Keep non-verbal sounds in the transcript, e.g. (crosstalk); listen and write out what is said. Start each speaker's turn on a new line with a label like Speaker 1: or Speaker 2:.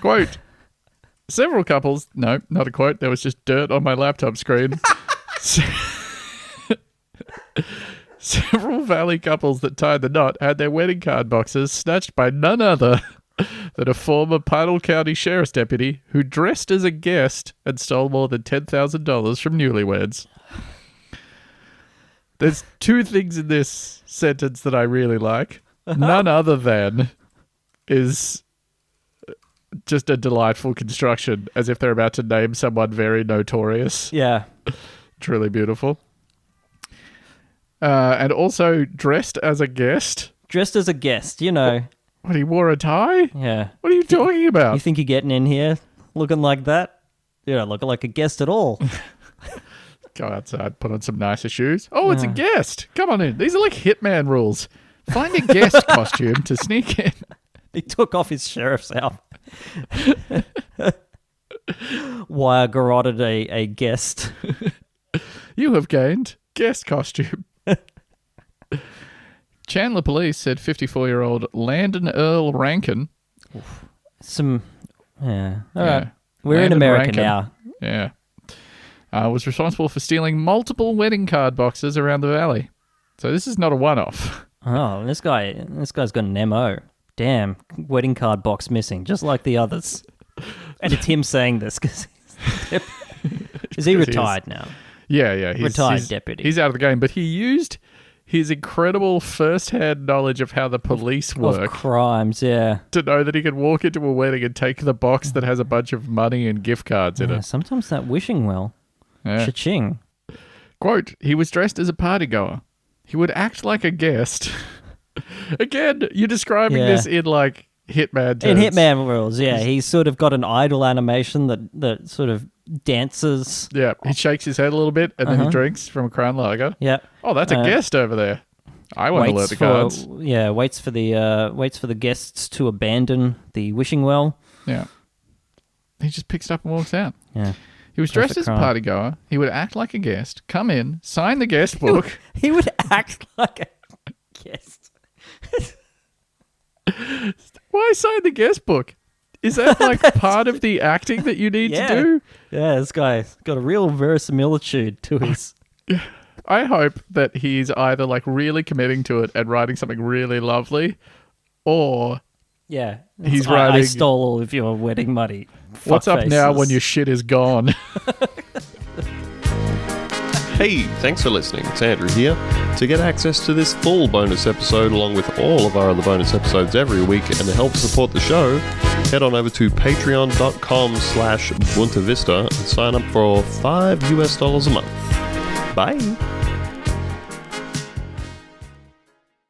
Speaker 1: Quote Several couples, no, not a quote, there was just dirt on my laptop screen. Se- (laughs) Several Valley couples that tied the knot had their wedding card boxes snatched by none other (laughs) than a former Pinal County Sheriff's deputy who dressed as a guest and stole more than $10,000 from newlyweds. There's two things in this sentence that I really like. None other than is just a delightful construction, as if they're about to name someone very notorious.
Speaker 2: Yeah.
Speaker 1: Truly beautiful. Uh, and also dressed as a guest.
Speaker 2: Dressed as a guest, you know.
Speaker 1: What, he wore a tie?
Speaker 2: Yeah.
Speaker 1: What are you talking
Speaker 2: You
Speaker 1: about?
Speaker 2: think you're getting in here looking like that? You're not looking like a guest
Speaker 1: (laughs)
Speaker 2: at all.
Speaker 1: Go outside, put on some nicer shoes. Oh, it's a
Speaker 2: Yeah.
Speaker 1: guest. Come on in. These are like hitman rules. Find a
Speaker 2: (laughs)
Speaker 1: guest costume to sneak in.
Speaker 2: he took off his sheriff's outfit. Wire garroted a, a guest.
Speaker 1: You have gained guest
Speaker 2: (laughs)
Speaker 1: costume. Chandler police said 54 year old Landon Earl Rankin.
Speaker 2: Some. Yeah. All
Speaker 1: Yeah.
Speaker 2: right. We're in
Speaker 1: Landon
Speaker 2: America
Speaker 1: Rankin.
Speaker 2: now.
Speaker 1: Yeah. Uh, was responsible for stealing multiple wedding card boxes around the valley. So this is not a one off.
Speaker 2: Oh, this guy. This guy's got an MO. Damn. Wedding card box missing, just like the others. And it's him saying this because. (laughs)
Speaker 1: (laughs)
Speaker 2: Is he
Speaker 1: 'Cause he is.
Speaker 2: retired now?
Speaker 1: (laughs) Yeah, yeah. He's,
Speaker 2: Retired
Speaker 1: he's-
Speaker 2: deputy.
Speaker 1: He's out of the game, but he used his incredible first hand knowledge of how the police
Speaker 2: Of
Speaker 1: work
Speaker 2: crimes, yeah.
Speaker 1: to know that he could walk into a wedding and take the box that has a bunch of money and gift cards in
Speaker 2: Yeah,
Speaker 1: it.
Speaker 2: sometimes that wishing well.
Speaker 1: Yeah.
Speaker 2: Cha-ching.
Speaker 1: Quote, he was dressed as a party goer. He would act like a guest. (laughs) Again, you're describing
Speaker 2: Yeah.
Speaker 1: this in like Hitman terms.
Speaker 2: In Hitman rules, yeah, he's sort of got an idle animation that that sort of dances.
Speaker 1: Yeah, he shakes his head a little bit and then he drinks from a crown lager.
Speaker 2: Yeah.
Speaker 1: Oh, that's a
Speaker 2: Uh-huh. Uh,
Speaker 1: guest over there. I want to learn
Speaker 2: Waits
Speaker 1: the
Speaker 2: for
Speaker 1: cards.
Speaker 2: yeah, waits for the uh, waits for the guests to abandon the wishing well.
Speaker 1: Yeah. He just picks it up and walks out.
Speaker 2: Yeah,
Speaker 1: He was
Speaker 2: Perfect
Speaker 1: dressed as a
Speaker 2: crime.
Speaker 1: party goer. He would act like a guest, come in, sign the
Speaker 2: (laughs)
Speaker 1: guest book,
Speaker 2: he would act like a guest.
Speaker 1: Why sign the guest book? Is
Speaker 2: (laughs)
Speaker 1: that like part of the acting that you need
Speaker 2: Yeah,
Speaker 1: to do?
Speaker 2: yeah, this guy's got a real verisimilitude to his. (laughs)
Speaker 1: I hope that he's either like really committing to it and writing something really lovely, or
Speaker 2: Yeah,
Speaker 1: He's
Speaker 2: I- I,
Speaker 1: writing-
Speaker 2: stole all of your wedding money.
Speaker 1: what's up now
Speaker 2: Fuckfaces.
Speaker 1: when your shit is gone? (laughs)
Speaker 3: Hey, thanks for listening. It's Andrew here. To get access to this full bonus episode, along with all of our other bonus episodes every week, and to help support the show, head on over to patreon.com slash Bunta Vista and sign up for five US dollars a month. Bye.